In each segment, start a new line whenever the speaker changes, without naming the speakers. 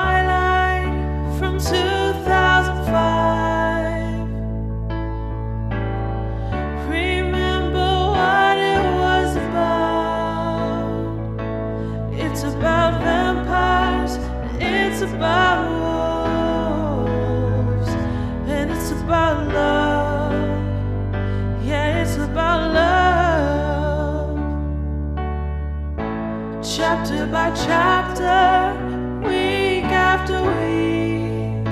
twilight from 2005. Remember what it was about. It's about vampires, and it's about wolves, and it's about love. Yeah, it's about love chapter by chapter, week after week.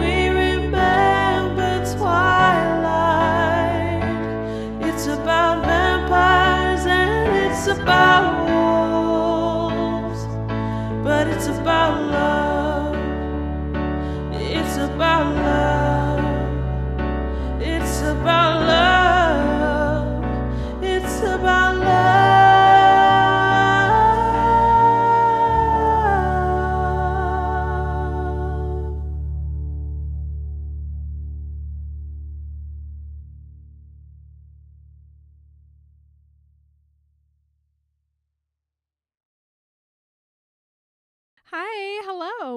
We remember Twilight. It's about vampires and it's about wolves, but it's about love. It's about love. It's about love. It's about love.
Hi, hello.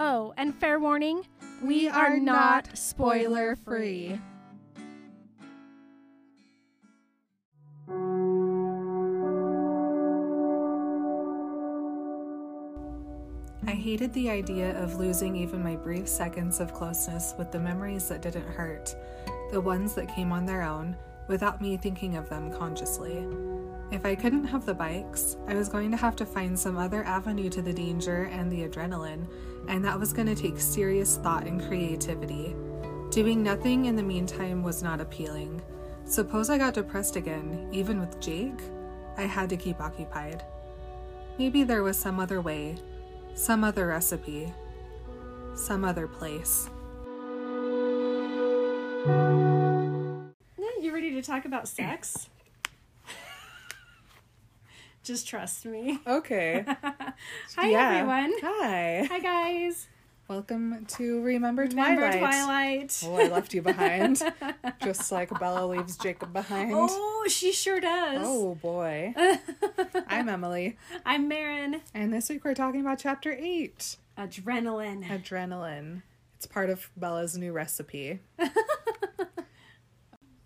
Oh, and fair warning, we,
are not
spoiler-free.
spoiler-free.
I hated the idea of losing even my brief seconds of closeness with the memories that didn't hurt, the ones that came on their own, without me thinking of them consciously. If I couldn't have the bikes, I was going to have to find some other avenue to the danger and the adrenaline, and that was going to take serious thought and creativity. Doing nothing in the meantime was not appealing. Suppose I got depressed again, even with Jake? I had to keep occupied. Maybe there was some other way, some other recipe, some other place.
You ready to talk about sex? Just trust me.
Okay.
Hi, everyone.
Hi.
Hi, guys.
Welcome to Remember Twilight.
Remember Twilight.
Oh, I left you behind. Just like Bella leaves Jacob behind.
Oh, she sure does.
Oh, boy. I'm Emily.
I'm Marin.
And this week we're talking about chapter 8
Adrenaline.
Adrenaline. It's part of Bella's new recipe.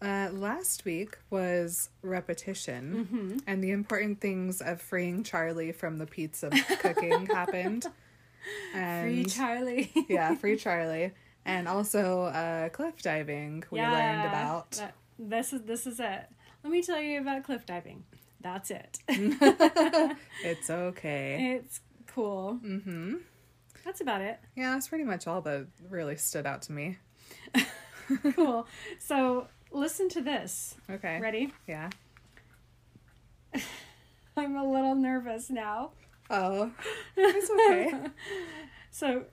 Uh, last week was repetition,
Mm-hmm.
and the important things of freeing Charlie from the pizza cooking happened. And
Free Charlie.
yeah, free Charlie, and also uh, cliff diving. We learned about.
that- this is this is it. Let me tell you about cliff diving. That's it.
It's okay.
it's cool. Mm-hmm. That's about it.
Yeah, that's pretty much all that really stood out to me.
Cool. so listen to this.
Okay.
Ready?
Yeah.
I'm a little nervous now.
Oh, it's okay.
So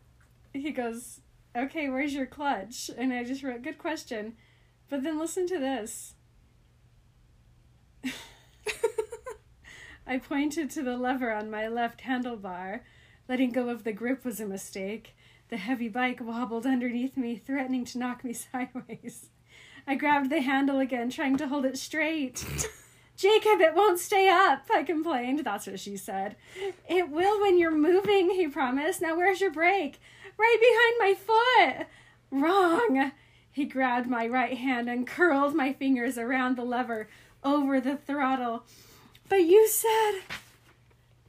he goes, Okay, where's your clutch? And I just wrote, Good question. But then listen to this. I pointed to the lever on my left handlebar. Letting go of the grip was a mistake. The heavy bike wobbled underneath me, threatening to knock me sideways. I grabbed the handle again, trying to hold it straight. Jacob, it won't stay up, I complained. That's what she said. It will when you're moving, he promised. Now where's your brake? Right behind my foot! Wrong! He grabbed my right hand and curled my fingers around the lever over the throttle. But you said,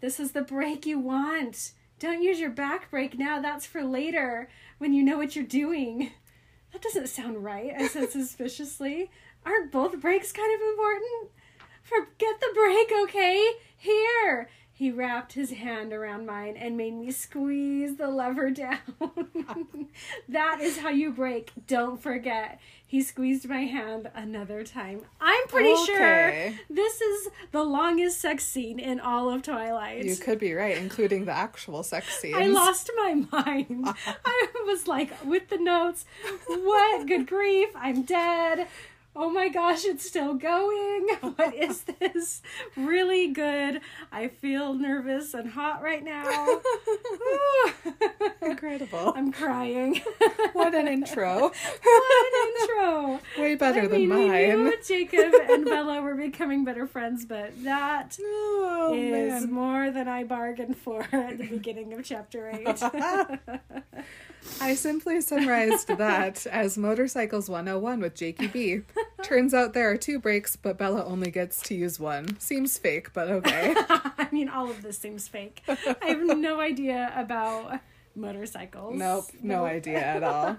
This is the brake you want. Don't use your back brake now, that's for later when you know what you're doing. That doesn't sound right, I said suspiciously. Aren't both brakes kind of important? Forget the break, okay? Here, He wrapped his hand around mine and made me squeeze the lever down. that is how you break. Don't forget. He squeezed my hand another time. I'm pretty
Okay.
sure this is the longest sex scene in all of Twilight.
You could be right, including the actual sex scenes.
I lost my mind. I was like, with the notes, what? Good grief, I'm dead. Oh my gosh, it's still going. What is this? Really good. I feel nervous and hot right now. Ooh.
Incredible.
I'm crying.
What an intro.
what an intro.
Way better
I
than
mean, we
mine.
knew Jacob and Bella were becoming better friends, but that
Oh,
is
man.
more than I bargained for at the beginning of chapter 8.
I simply summarized that as Motorcycles 101 with Jakey B. Turns out there are two brakes, but Bella only gets to use one. Seems fake, but okay.
I mean, all of this seems fake. I have no idea about motorcycles.
Nope, no idea at all.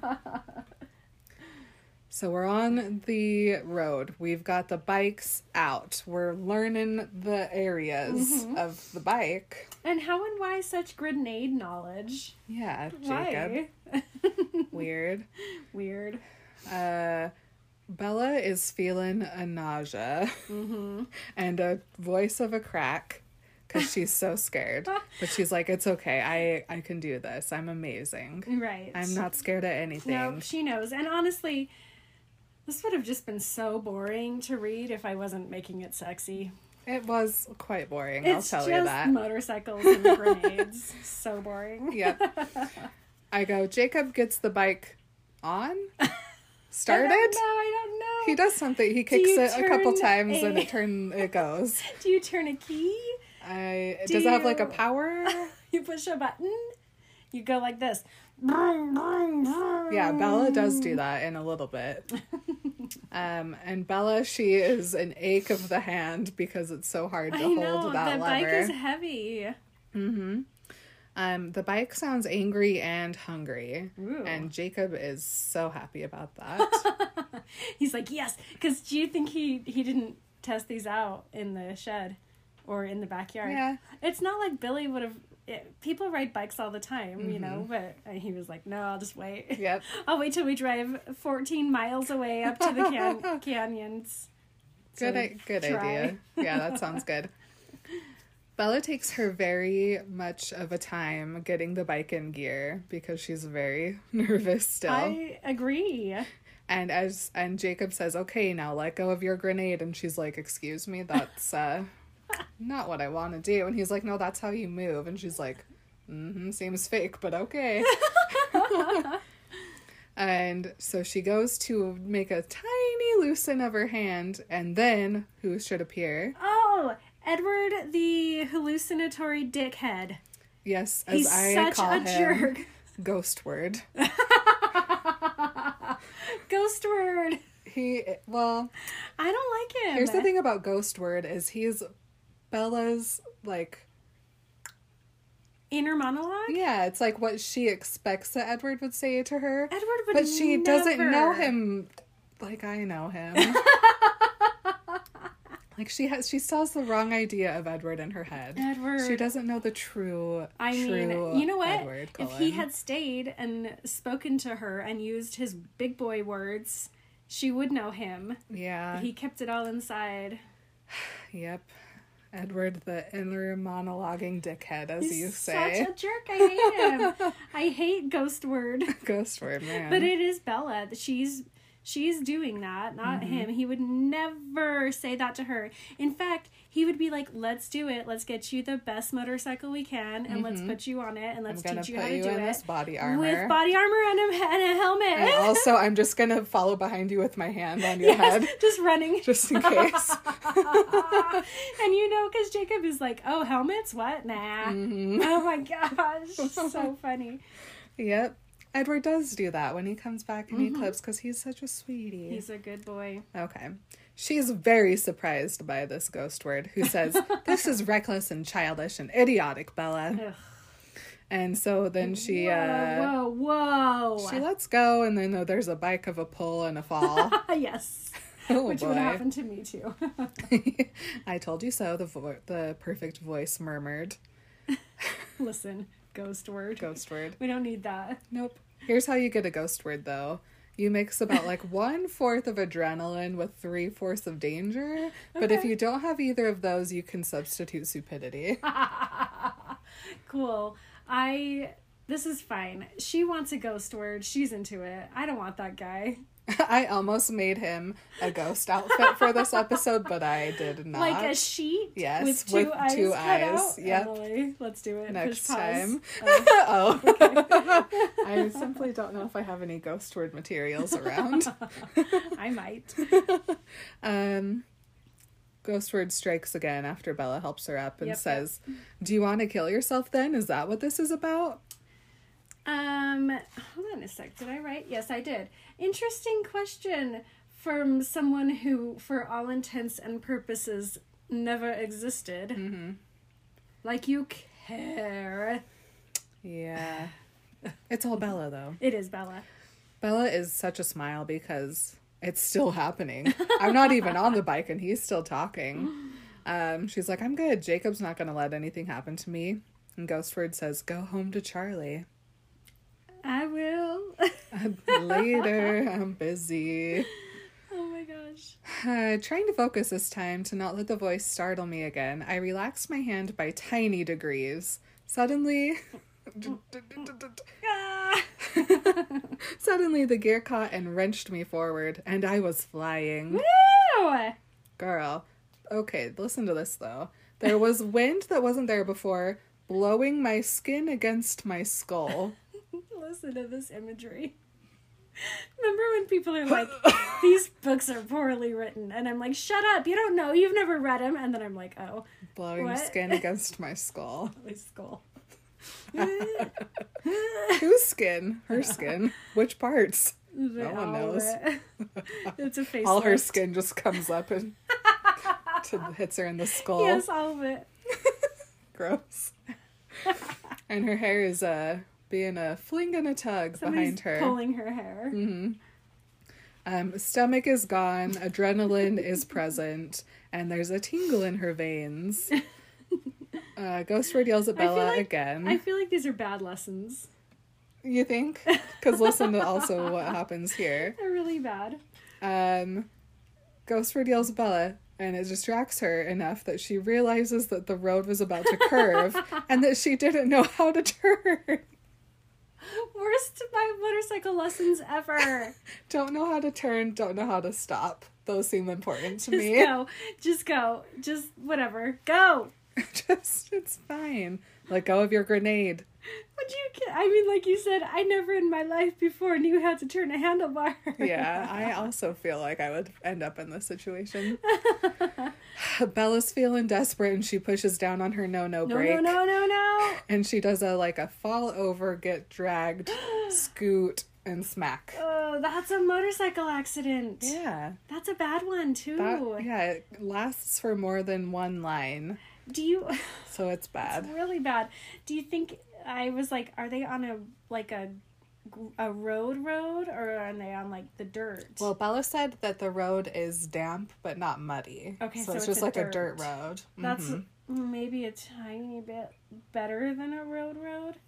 So we're on the road. We've got the bikes out. We're learning the areas
Mm-hmm.
of the bike.
And how and why such grenade knowledge?
Yeah, Jacob.
Why?
Weird.
Weird.
Uh, Bella is feeling a nausea
Mm-hmm.
and a voice of a crack because she's so scared. But she's like, "It's okay. I I can do this. I'm amazing.
Right.
I'm not scared of anything."
No, she knows. And honestly, this would have just been so boring to read if I wasn't making it sexy.
It was quite boring.
It's
I'll tell
just
you that.
motorcycles and grenades. so boring.
yep. I go. Jacob gets the bike on.
I don't
Started.
know. I don't know.
He does something. He kicks
you
it a couple
turn
times and
a-
it turn it goes.
Do you turn a key?
I
Do
does it have like a
you-
power?
You push a button. You go like this. Vroom, vroom, vroom.
Yeah, Bella does do that in a little bit. um, and Bella, she is an ache of the hand because it's so hard to
I
hold
know
that
the
lever.
bike is heavy.
um, the bike sounds angry and hungry,
Ooh.
and Jacob is so happy about that.
He's like, yes, because do you think he he didn't test these out in the shed or in the backyard?
Yeah.
It's not like Billy would have. It, people ride bikes all the time, you know. But and he was like, no, I'll just wait.
yep.
I'll wait till we drive fourteen miles away up to the can- canyons.
Good,
So
i- good
try.
idea. Yeah, that sounds good. Bella takes her very much of a time getting the bike in gear because she's very nervous still.
I agree.
And as and Jacob says, "Okay, now let go of your grenade," and she's like, "Excuse me, that's uh, not what I want to do." And he's like, "No, that's how you move," and she's like, mm-hmm, "Seems fake, but okay." and so she goes to make a tiny loosen of her hand, and then who should appear?
Oh, Edward the hallucinatory dickhead.
Yes, as
He's
I
such
call
a
him,
jerk.
ghost word.
Ghost word.
He well,
I don't like him.
Here's the thing about Ghost Word is he's Bella's like
Inner monologue.
yeah, it's like what she expects that Edward would say to her.
Edward would
but she doesn't know
never.
him like I know him. like she has she still has the wrong idea of Edward in her head.
Edward.
She doesn't know the true
I mean,
true
you know what?
Edward
if
Cullen.
he had stayed and spoken to her and used his big boy words, she would know him.
Yeah.
He kept it all inside.
Yep. Edward the inner monologuing dickhead as you
He's
say.
Such a jerk. I hate him. I hate ghost word.
Ghost Word, man.
But it is Bella. that She's she's doing that, not
Mm-hmm.
him. He would never say that to her. In fact, he would be like, "Let's do it. Let's get you the best motorcycle we can, and let's put you on it,
Mm-hmm.
and
I'm
let's
gonna
teach
put
you how to
you
do
in
it
this body armor.
with body armor and a, and a helmet."
And also, I'm just gonna follow behind you with my hand on your head,
Just running,
just in case.
and you know, because Jacob is like, "Oh, helmets? What? Nah."
Mm-hmm.
Oh my gosh, so funny.
yep. Edward does do that when he comes back and he clips because he's such a sweetie.
Mm-hmm. He's a good boy.
Okay. She's very surprised by this ghost word who says, This is reckless and childish and idiotic, Bella.
Ugh.
And so then she uh
whoa, whoa, whoa!
she lets go and then there's a bike of a pull and a fall.
Ah, yes.
Oh,
which would
boy.
happen to me too.
I told you so, the, vo- the perfect voice murmured.
Listen, ghost word.
Ghost word.
We don't need that.
Nope. Here's how you get a ghost word, though. You mix about like one fourth of adrenaline with three fourths of danger. But if you don't have either of those, you can substitute stupidity.
Cool. I. This is fine. She wants a ghost word. She's into it. I don't want that guy.
I almost made him a ghost outfit for this episode, but I did not.
Like a sheet
Yes,
with two
with
eyes
two
cut
eyes.
out.
Yep.
Emily, let's do it.
Next
Push pause.
time. oh. I simply don't know if I have any ghost word materials around.
I might.
Um, ghost word strikes again after Bella helps her up and
Yep, yep.
says, Do you want to kill yourself then? Is that what this is about?
Um, hold on a sec. Did I write? Yes, I did. Interesting question from someone who, for all intents and purposes, never existed. Mm-hmm. Like you care.
Yeah. It's all Bella, though.
It is Bella.
Bella is such a smile because it's still happening. I'm not even on the bike and he's still talking. Um, she's like, I'm good. Jacob's not going to let anything happen to me. And Ghostword says, Go home to Charlie.
I will.
Later, I'm busy.
oh my gosh.
Uh, trying to focus this time to not let the voice startle me again, I relaxed my hand by tiny degrees. Suddenly.
Ah!
Suddenly, the gear caught and wrenched me forward, and I was flying.
Ew!
Girl. Okay, listen to this though. There was wind that wasn't there before, blowing my skin against my skull.
Listen to this imagery. Remember when people are like, these books are poorly written? And I'm like, shut up, you don't know, you've never read them. And then I'm like, oh,
Blowing
What?
skin against my skull.
my skull.
Whose skin? Her skin. Which parts?
No
one knows.
it's a face.
All her skin just comes up and to, hits her in the skull.
Yes, all of it.
Gross. and her hair is uh being a fling and a tug
Somebody's
behind her. Mm-hmm.
pulling her hair.
Um, stomach is gone, adrenaline is present, and there's a tingle in her veins. Uh, Ghostword yells at
I feel
Bella
like-
again.
I feel like these are bad lessons.
You think? Because listen to also what happens here.
They're really bad.
Um, Ghostword yells at Bella, and it distracts her enough that she realizes that the road was about to curve and that she didn't know how to turn.
Worst my motorcycle lessons ever.
Don't know how to turn, don't know how to stop. Those seem important to
Just
me.
go. Just go. Just whatever. Go.
Just, it's fine. Let go of your grenade.
Would you? ki- I mean, like you said, I never in my life before knew how to turn a handlebar.
yeah, I also feel like I would end up in this situation. Bella's feeling desperate and she pushes down on her no-no
No,
break.
no, no, no, no.
And she does a like a fall over, get dragged, scoot, and smack.
Oh, that's a motorcycle accident.
Yeah.
That's a bad one too.
That, yeah, it lasts for more than one line,
Do you?
so it's
It's
bad.
really bad. Do you think I was like, are they on a like a a road road or are they on like the dirt?
Well, Bella said that the road is damp but not muddy.
Okay,
so,
so
it's
it's
just
a
like a
dirt.
dirt road.
that's
mm-hmm.
maybe a tiny bit better than a road road.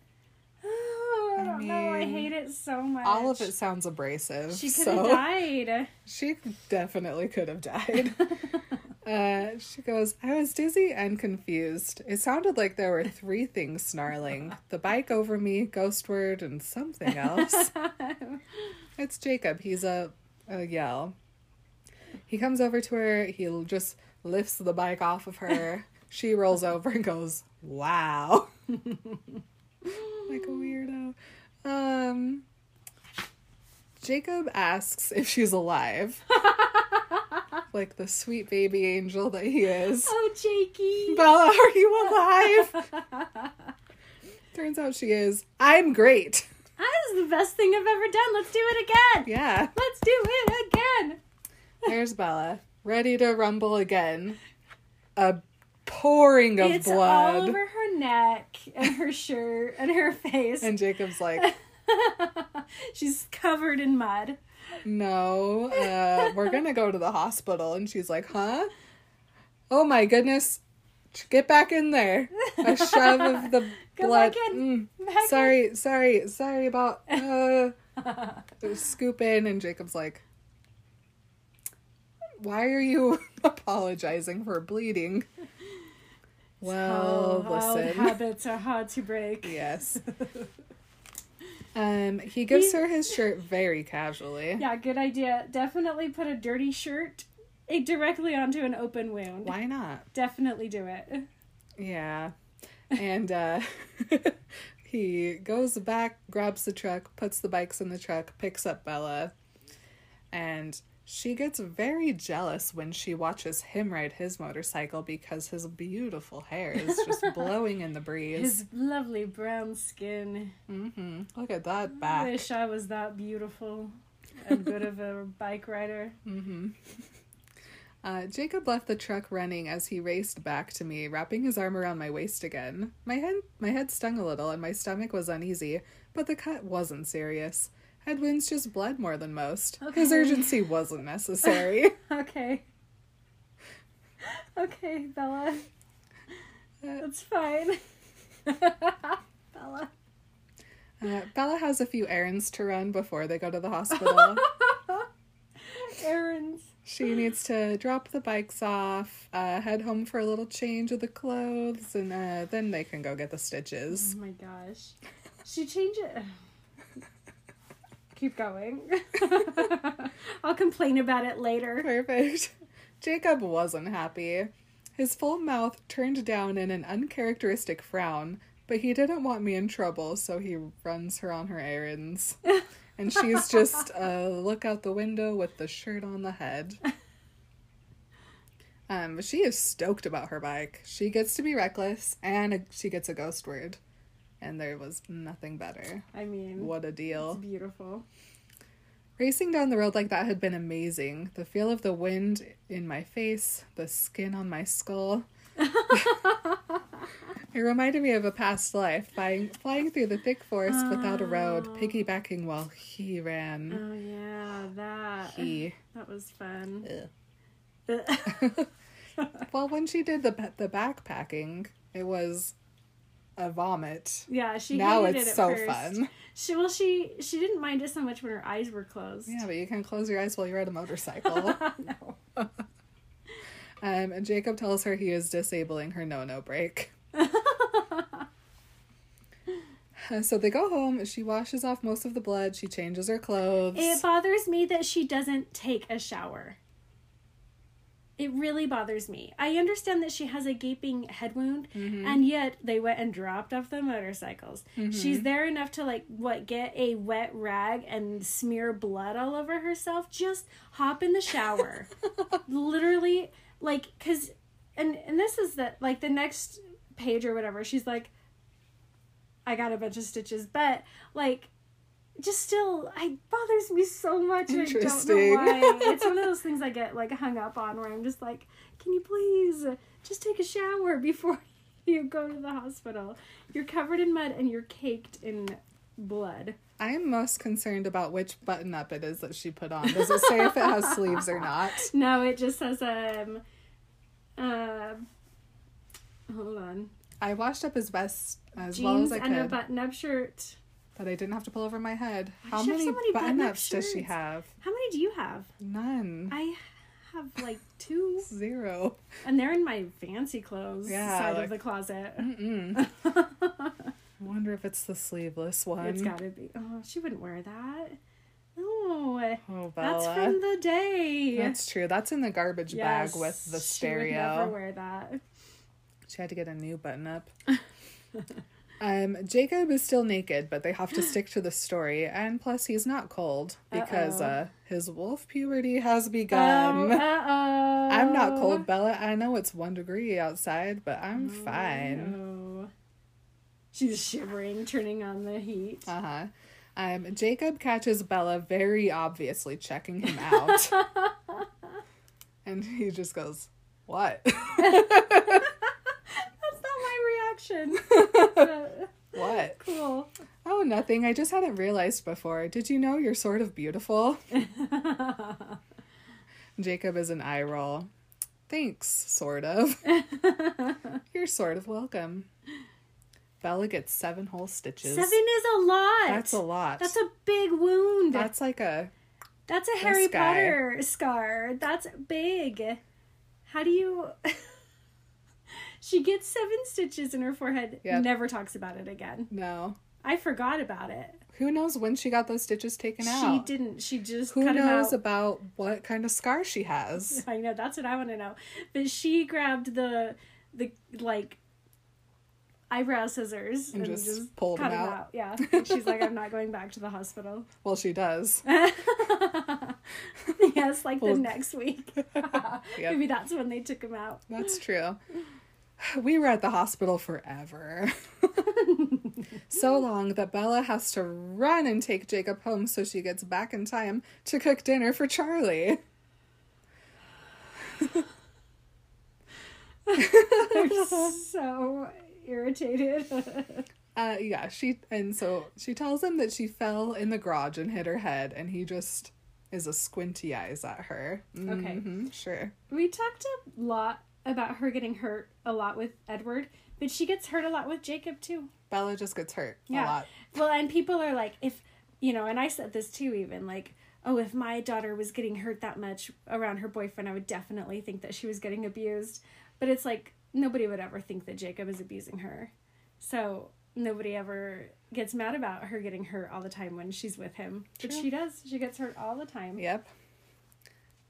Oh, I don't know. I
mean,
hate it so much.
All of it sounds abrasive.
She could have
so.
died.
She definitely could have died. uh, she goes, I was dizzy and confused. It sounded like there were three things snarling the bike over me, ghostword, and something else. it's Jacob. He's a, a yell. He comes over to her. He l- just lifts the bike off of her. she rolls over and goes, Wow. like a weirdo. Um. Jacob asks if she's alive. like the sweet baby angel that he is.
Oh, Jakey.
Bella, are you alive? Turns out she is. I'm great.
That is the best thing I've ever done. Let's do it again.
Yeah.
Let's do it again.
There's Bella, ready to rumble again. A pouring of
It's all
blood.
over her neck and her shirt and her face.
And Jacob's like,
She's covered in mud.
no, uh, we're gonna go to the hospital. And she's like, huh? Oh my goodness. Ch- Get back in there. A shove of the
Go
blood.
back in.
Mm.
Back in.
sorry, sorry, sorry about uh scoop in and Jacob's like Why are you apologizing for bleeding? Well,
Oh, old
listen.
habits are hard to break.
Yes. um, he gives her his shirt very casually.
Yeah, good idea. Definitely put a dirty shirt eh, directly onto an open wound.
Why not?
Definitely do it.
Yeah. And uh he goes back, grabs the truck, puts the bikes in the truck, picks up Bella, and she gets very jealous when she watches him ride his motorcycle because his beautiful hair is just blowing in the breeze.
His lovely brown skin.
hmm Look at that
I
back.
wish I was that beautiful and good of a bike rider.
Uh, Jacob left the truck running as he raced back to me, wrapping his arm around my waist again. My head, my head stung a little, and my stomach was uneasy, but the cut wasn't serious. Head wounds just bled more than most. His
Okay.
urgency wasn't necessary.
Okay. Okay, Bella. That's fine. Bella.
uh, Bella has a few errands to run before they go to the hospital.
Errands.
she needs to drop the bikes off, uh, head home for a little change of the clothes, and uh, then they can go get the stitches.
Oh my gosh. She changed it. Keep going. I'll complain about it later.
Perfect. Jacob wasn't happy. His full mouth turned down in an uncharacteristic frown, but he didn't want me in trouble, so he runs her on her errands. and she's just a look out the window with the shirt on the head. Um, she is stoked about her bike. She gets to be reckless, and a, she gets a ghost word. And there was nothing better.
I mean,
What a deal.
it's beautiful.
Racing down the road like that had been amazing. The feel of the wind in my face, the skin on my skull. it reminded me of a past life, flying, flying through the thick forest without a road, piggybacking while he ran.
Oh yeah, that
He.
that was fun.
Ugh.
Ugh.
Well, when she did the ba- the backpacking, it was a vomit.
yeah, she
now
hated
it's
it at
so
first.
fun.
She well, she she didn't mind it so much when her eyes were closed.
Yeah, but you can close your eyes while you ride a motorcycle.
No.
Um, and Jacob tells her he is disabling her no no break. Uh, so they go home. She washes off most of the blood. She changes her clothes.
It bothers me that she doesn't take a shower. It really bothers me. I understand that she has a gaping head wound, and yet they went and dropped off the motorcycles. She's there enough to, like, what, get a wet rag and smear blood all over herself? Just hop in the shower. Literally, like, because, and, and this is the, like, the next page or whatever, she's like, I got a bunch of stitches, but, like, just still it bothers me so much and i don't know
Interesting.
why it's one of those things i get like hung up on where i'm just like can you please just take a shower before you go to the hospital you're covered in mud and you're caked in blood
I am most concerned about which button up it is that she put on. Does it say if it has sleeves or not?
no it just says um uh hold on
I washed up as best as
jeans
well as I
and a
could,
button-up shirt
but I didn't have to pull over my head. How
does she have
many,
so many
button
button-up
ups does she
shirts?
have?
how many do you have
None.
i have like two
Zero.
and they're in my fancy clothes
Yeah,
side
like-
of the closet
Mm-mm. I Mm. wonder if it's the sleeveless one.
It's gotta be. Oh, she wouldn't wear that. No.
oh,
That's
Bella.
from the day.
That's true. That's in the garbage
Yes,
bag with the
She would never
stereo.
wear that.
She had to get a new button up. um, Jacob is still naked, but they have to stick to the story. And plus, he's not cold because
Uh-oh.
uh, his wolf puberty has
Oh,
begun.
uh-oh.
I'm not cold, Bella. I know it's one degree outside, but I'm fine.
No. She's shivering, turning on the heat.
Uh huh. Um, Jacob catches Bella very obviously checking him out. and he just goes, What?
That's not my reaction. But,
what?
cool.
Oh, nothing. I just hadn't realized before. Did you know you're sort of beautiful? Jacob is an eye roll. Thanks, sort of. You're sort of welcome. Bella gets seven whole stitches.
Seven is a lot.
That's a lot.
That's a big wound. That's,
That's like a
a Harry
scar.
Potter scar. That's big. How do you? she gets seven stitches in her forehead.
Yep.
Never talks about it again.
no.
I forgot about it.
Who knows when she got those stitches taken
She
out?
didn't. She just
Who
cut him out.
knows about what kind of scar she has?
I know that's what I want to know. But she grabbed the the like eyebrow scissors
And just pulled
cut
them
'em
out.
Yeah, And she's like, I'm not going back to the hospital.
Well, she does.
yes, like the
Well-
next week. Maybe that's when they took him out.
That's true. We were at the hospital forever. so long that Bella has to run and take Jacob home so she gets back in time to cook dinner for Charlie.
I'm so irritated.
Uh, yeah, she and so she tells him that she fell in the garage and hit her head, and he just is a squinty eyes at her.
Okay.
Mhm, sure.
we talked a lot about her getting hurt a lot with Edward, but she gets hurt a lot with Jacob too.
Bella just gets hurt a
Yeah.
lot.
Well, and people are like, if you know, and I said this too, even like, oh, if my daughter was getting hurt that much around her boyfriend, I would definitely think that she was getting abused. But it's like nobody would ever think that Jacob is abusing her, so nobody ever gets mad about her getting hurt all the time when she's with him. But she does; she gets hurt all the time.
Yep.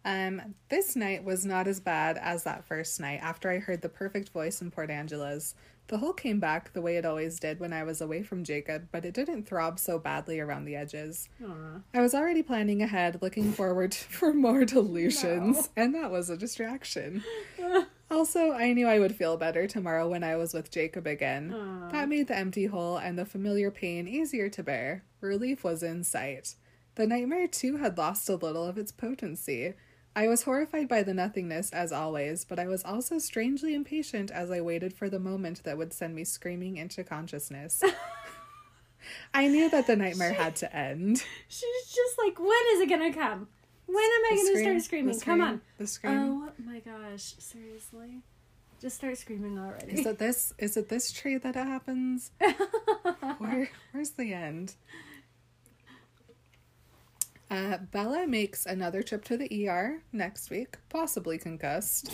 Um, this night was not as bad as that first night after I heard the perfect voice in Port Angela's. The hole came back the way it always did when I was away from Jacob, but it didn't throb so badly around the edges. I was already planning ahead, looking forward for more delusions, and that was a distraction. also, I knew I would feel better tomorrow when I was with Jacob again. That made the empty hole and the familiar pain easier to bear. Relief was in sight. The nightmare, too, had lost a little of its potency. I was horrified by the nothingness, as always, but I was also strangely impatient as I waited for the moment that would send me screaming into consciousness. I knew that the nightmare had to end.
She's just like, when is it gonna come? When am I gonna
Scream,
start
the
screaming?
scream,
Come on!
The scream.
Oh my gosh! Seriously, just start screaming already.
Is it this? Is it this tree that it happens? Where? Where's the end? Uh, Bella makes another trip to the ER next week, possibly concussed,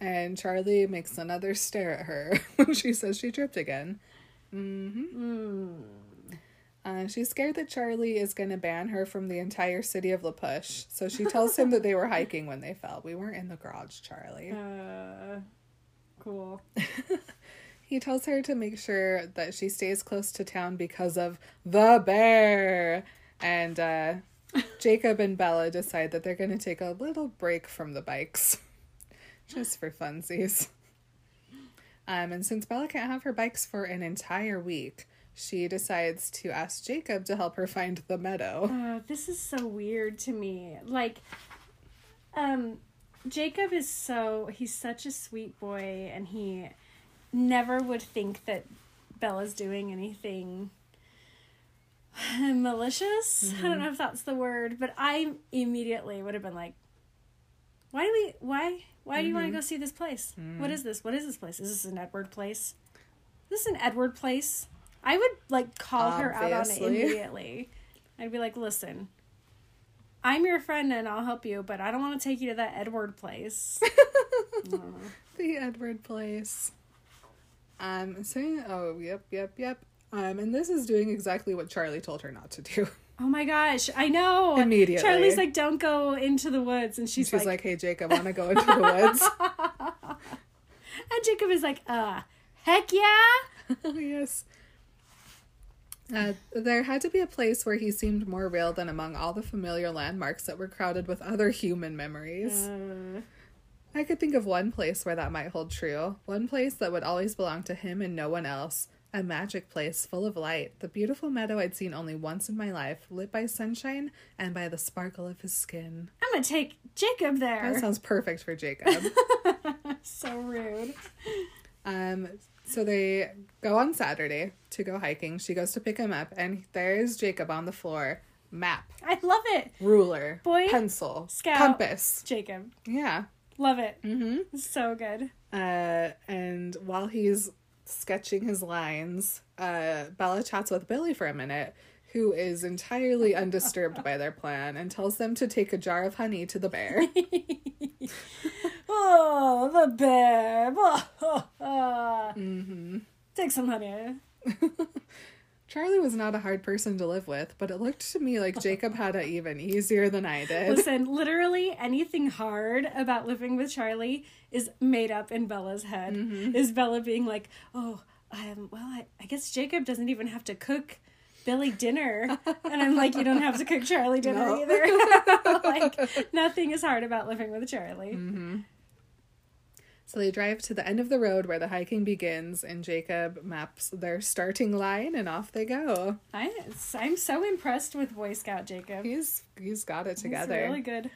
and Charlie makes another stare at her when she says she tripped again. Mm-hmm. Uh, she's scared that Charlie is going to ban her from the entire city of La Push, so she tells him that they were hiking when they fell. We weren't in the garage, Charlie.
Uh, cool.
He tells her to make sure that she stays close to town because of the bear. And uh, Jacob and Bella decide that they're going to take a little break from the bikes just for funsies. Um, and since Bella can't have her bikes for an entire week, she decides to ask Jacob to help her find the meadow.
Uh, this is so weird to me. Like, um, Jacob is so he's such a sweet boy, and he never would think that Bella's doing anything malicious. I don't know if that's the word, but I immediately would have been like, "Why do we? Why? Why do you want to go see this place? What is this? What is this place? Is this an Edward place? This is an Edward place." I would like call her out on it
Obviously.
immediately. I'd be like, "Listen, I'm your friend and I'll help you, but I don't want to take you to that Edward place."
The Edward place. Um, so, oh, yep, yep, yep. Um, and this is doing exactly what Charlie told her not to do.
Oh my gosh, I know.
Immediately.
Charlie's like, don't go into the woods. And she's,
She's
like,
like, "Hey, Jake, I want to go into the woods."
and Jacob is like, uh, heck yeah.
oh yes. Uh, there had to be a place where he seemed more real than among all the familiar landmarks that were crowded with other human memories.
Uh,
I could think of one place where that might hold true, one place that would always belong to him and no one else. A magic place full of light, the beautiful meadow I'd seen only once in my life, lit by sunshine and by the sparkle of his skin.
I'm going to take Jacob there.
That sounds perfect for Jacob.
so rude.
Um, so they go on Saturday to go hiking. She goes to pick him up, and there's Jacob on the floor, map,
I love it.
ruler,
Boy,
pencil,
scout.
compass.
Jacob.
Yeah.
Love it.
Mm-hmm.
So good.
Uh, and while he's sketching his lines, uh, Bella chats with Billy for a minute, who is entirely undisturbed by their plan and tells them to take a jar of honey to the bear.
Oh, the bear. Oh, oh, oh. Take some honey.
Charlie was not a hard person to live with, but it looked to me like Jacob had it even easier than I did.
Listen, literally anything hard about living with Charlie is made up in Bella's head.
Mm-hmm.
Is Bella being like, oh, um, well, I, I guess Jacob doesn't even have to cook Billy dinner. And I'm like, you don't have to cook Charlie dinner
No.
either. like, nothing is hard about living with Charlie.
Mm-hmm. So they drive to the end of the road where the hiking begins, and Jacob maps their starting line, and off they go.
I, I'm so impressed with Boy Scout Jacob. He's
He's he's got it together.
really good.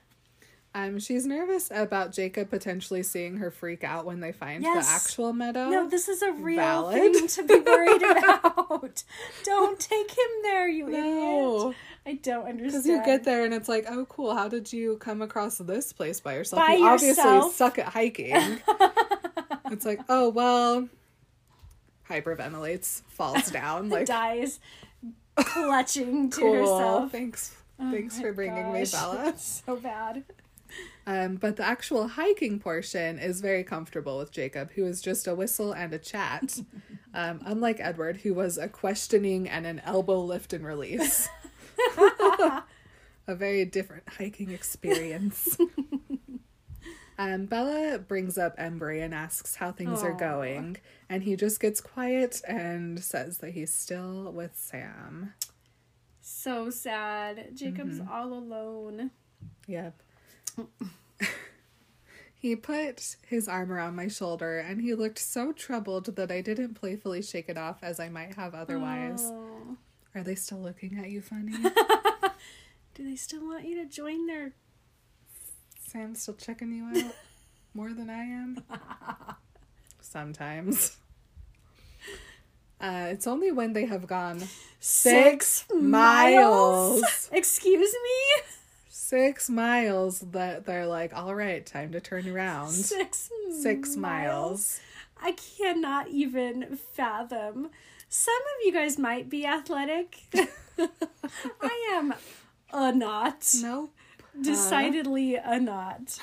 Um, she's nervous about Jacob potentially seeing her freak out when they find
Yes.
the actual meadow.
No, this is a real
valid.
thing to be worried about. don't take him there, you
No.
idiot. I don't understand.
because you get there and it's like, oh, cool. How did you come across this place by yourself?
By
you obviously
yourself.
suck at hiking. it's like, oh well, hyperventilates, falls down, like
dies clutching to
cool.
herself.
Thanks, thanks
Oh my
for bringing
gosh.
me, Bella.
So bad.
Um, but the actual hiking portion is very comfortable with Jacob, who is just a whistle and a chat, um, unlike Edward, who was a questioning and an elbow lift and release. a very different hiking experience. um, Bella brings up Embry and asks how things are
Aw.
going, and he just gets quiet and says that he's still with Sam.
So sad. Jacob's
Mm-hmm.
all alone.
Yep. he put his arm around my shoulder and he looked so troubled that I didn't playfully shake it off as I might have otherwise.
Oh.
Are they still looking at you funny?
Do they still want you to join their
Sam's still checking you out more than I am? Sometimes. Uh, it's only when they have gone six miles.
Excuse me?
Six miles that they're like, all right, time to turn around. Six,
Six
miles.
I cannot even fathom. Some of you guys might be athletic. I am a not.
Nope.
Decidedly a not.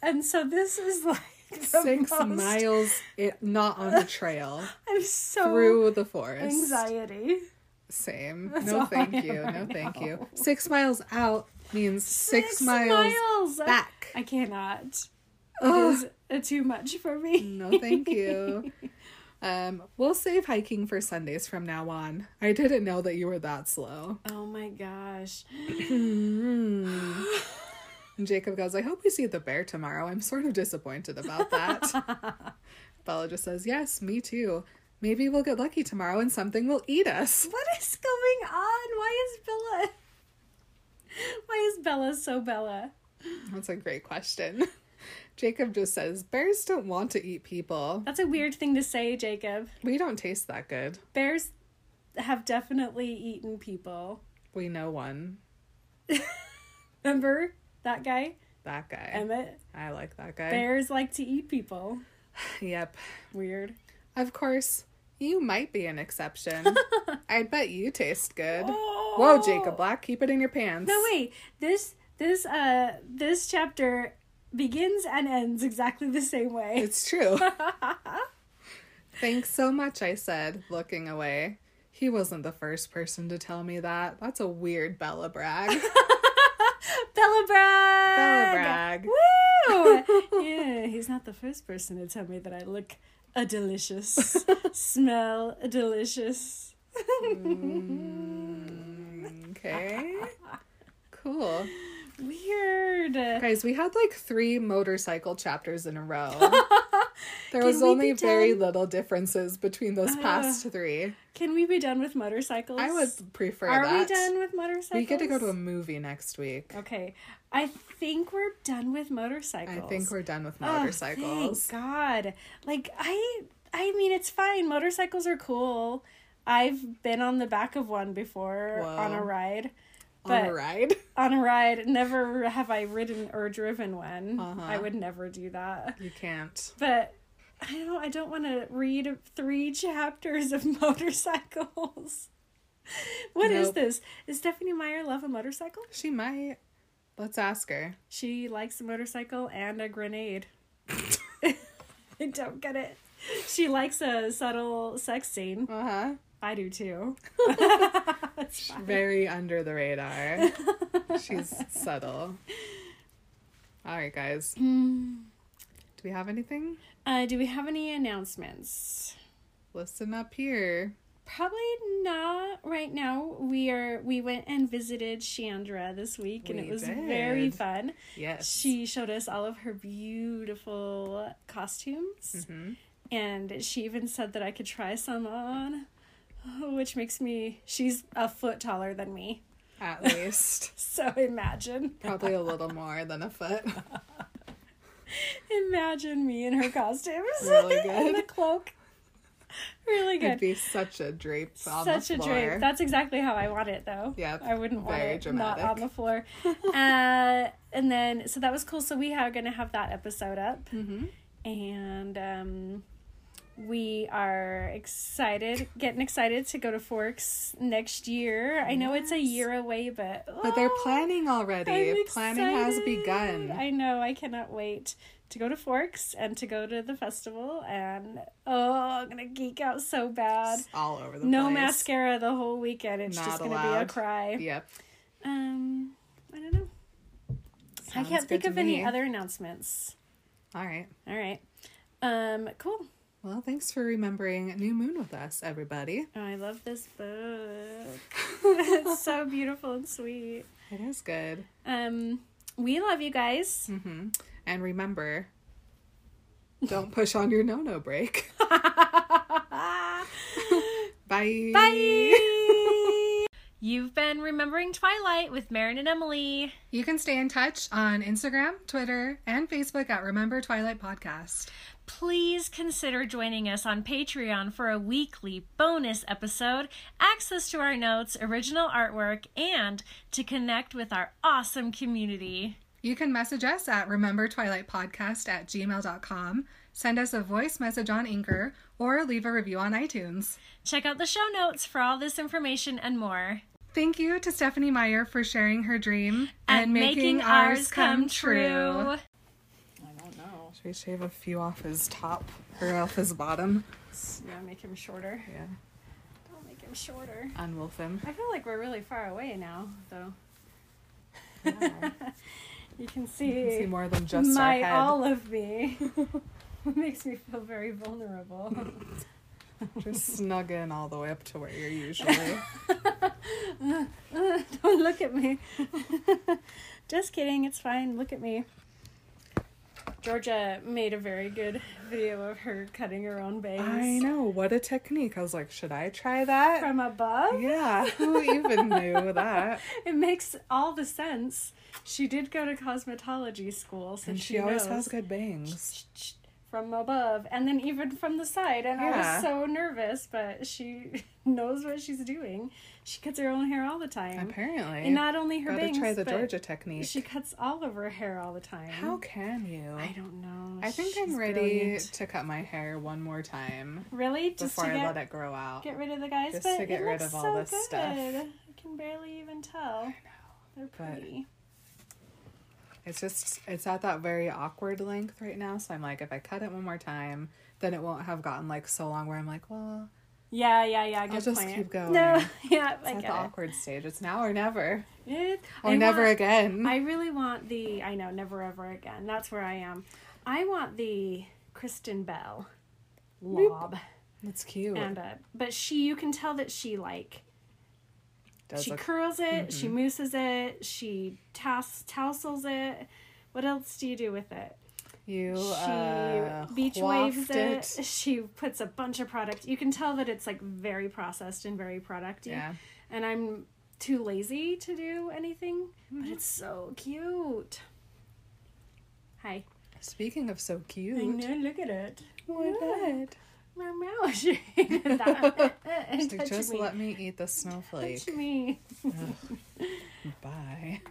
And so this is like the
six
most-
miles i not on the trail
I'm so
through the forest.
anxiety.
Same.
all
No,
I
thank
am
you. No,
right
thank you.
now.
Six miles out means six, miles,
I-
back.
I cannot. It is
Ugh.
uh, too much for me.
No, thank you. Um, we'll save hiking for Sundays from now on. I didn't know that you were that slow.
Oh my gosh.
And Jacob goes, I hope we see the bear tomorrow. I'm sort of disappointed about that. Bella just says, Yes, me too. Maybe we'll get lucky tomorrow and something will eat us.
What is going on? Why is Bella Why is Bella so Bella?
That's a great question. Jacob just says, Bears don't want to eat people.
That's a weird thing to say, Jacob.
We don't taste that good.
Bears have definitely eaten people.
We know one.
Remember that guy?
That guy.
Emmett?
I like that guy.
Bears like to eat people.
Yep.
Weird.
Of course, you might be an exception. I bet you taste good. Whoa, Jacob Black, keep it in your pants.
Oh. No wait. This this uh this chapter begins and ends exactly the same way.
It's true. Thanks so much, I said, looking away. He wasn't the first person to tell me that. That's a weird Bella brag.
Bella brag.
Bella brag.
Woo! yeah, he's not the first person to tell me that I look a delicious, smell a delicious.
Mm, Okay. Cool.
Weird.
Guys, we had like three motorcycle chapters in a row. There was
we be
only very
done?
little differences between those past three.
Can we be done with motorcycles?
I would prefer
Are
that.
we done with motorcycles?
We get to go to a movie next week.
Okay, I think we're done with motorcycles.
I think we're done with
Oh,
motorcycles.
thank God. Like I, I mean, it's fine. Motorcycles are cool. I've been on the back of one before
Whoa.
on a ride.
on
But-
a ride.
on a ride. Never have I ridden or driven one.
Uh-huh.
I would never do that.
You can't.
But I don't. I don't want to read three chapters of motorcycles. What is
Nope.
this? Does Stephanie Meyer love a motorcycle?
She might. Let's ask her.
She likes a motorcycle and a grenade. I don't get it. She likes a subtle sex scene.
Uh huh.
I do too.
Very under the radar. She's subtle. All right, guys. Do
Hmm.
we have anything?
Uh, do we have any announcements?
Listen up here.
Probably not right now. We are we went and visited Chandra this week and
We
it was very
did.
fun.
Yes.
She showed us all of her beautiful costumes
Mm-hmm.
and she even said that I could try some on. Which makes me she's a foot taller than me.
At least.
So imagine.
Probably a little more than a foot.
Imagine me in her costumes.
Really
and the
good.
cloak. Really
It'd
good.
be such a drape on
Such
the
a
floor.
drape. That's exactly how I want it though.
Yep.
I wouldn't want
Very
it
dramatic.
not on the floor. uh, and then so that was cool. So we are going to have that episode up,
Mm-hmm.
and um, we are excited, getting excited to go to Forks next year. I know it's a year away, but
But they're
oh,
planning already.
I'm
planning has
excited. Oh
begun.
I know. I cannot wait to go to Forks and to go to the festival, and oh, I'm gonna geek out so bad.
It's all over the
No
place.
mascara the whole weekend. It's
Not
just gonna be a
allowed.
cry.
Yep.
Um, I don't know. I
Sounds
can't
good
think
to
of any
me.
other announcements.
All right.
All right. Um, cool.
Well, thanks for remembering New Moon with us, everybody.
Oh, I love this book. it's so beautiful and sweet.
It is good.
Um, we love you guys.
hmm And remember, don't push on your no-no break. Bye.
Bye. You've been remembering Twilight with Marin and Emily.
You can stay in touch on Instagram, Twitter, and Facebook at Remember Twilight Podcast.
Please consider joining us on Patreon for a weekly bonus episode, access to our notes, original artwork, and to connect with our awesome community.
You can message us at remembertwilightpodcast at gmail.com, send us a voice message on Anchor, or leave a review on iTunes.
Check out the show notes for all this information and more.
Thank you to Stephanie Meyer for sharing her dream
I don't know.
Should we shave a few off his top or off his bottom?
Yeah, make him shorter.
Yeah.
Don't make him shorter.
Unwolf him.
I feel like we're really far away now, though. you can see,
You can see more than just
my
our head.
all of me. it makes me feel very vulnerable.
Just snug in all the way up to where you're usually.
Don't look at me. Just kidding, it's fine. Look at me. Georgia made a very good video of her cutting her own bangs
I know. What a technique. I was like, should I try that?
from above.
Yeah, who even knew that?
It makes all the sense. She did go to cosmetology school, so
And
she,
she always
knows.
has good bangs.
from above and then even from the side and i
Yeah.
was so nervous but she knows what she's doing she cuts her own hair all the time
Apparently.
and not only her
Gotta
bangs
try the
but
Georgia technique.
she cuts all of her hair all the time
How can you?
i don't know
I think
She's
I'm ready
brilliant.
to cut my hair one more time
really just
before
to
I
get,
let it grow out.
get rid of the guys
just
but
to get
it
rid
looks
of all
so
this
good
stuff.
i can barely even tell they're
but-
pretty
It's just it's at that very awkward length right now, so I'm like if I cut it one more time, then it won't have gotten like so long where I'm like, well,
yeah yeah yeah good
I'll just
point.
keep going.
no yeah
It's
I
at
get
the awkward stage. It's now or never.
it. it
Or
I
never
want-
again.
I really want the. I know, never ever again. That's where I am. I want the Kristen Bell lob,
That's cute.
and uh, but she, you can tell that she like
Does
she
look
curls it, she
Mm-hmm.
mousses it, she tass- tousles it. What else do you do with it?
you
She
uh,
beach waves
waft
it. She puts a bunch of product. You can tell that it's like very processed and very producty.
Yeah.
And I'm too lazy to do anything, but it's so cute. Hi.
Speaking of so cute.
I know, look at it.
Oh my god.
Meow meow. She did that.
She's like,
Touch
just
me.
let me eat the snowflake.
Touch me.
Bye.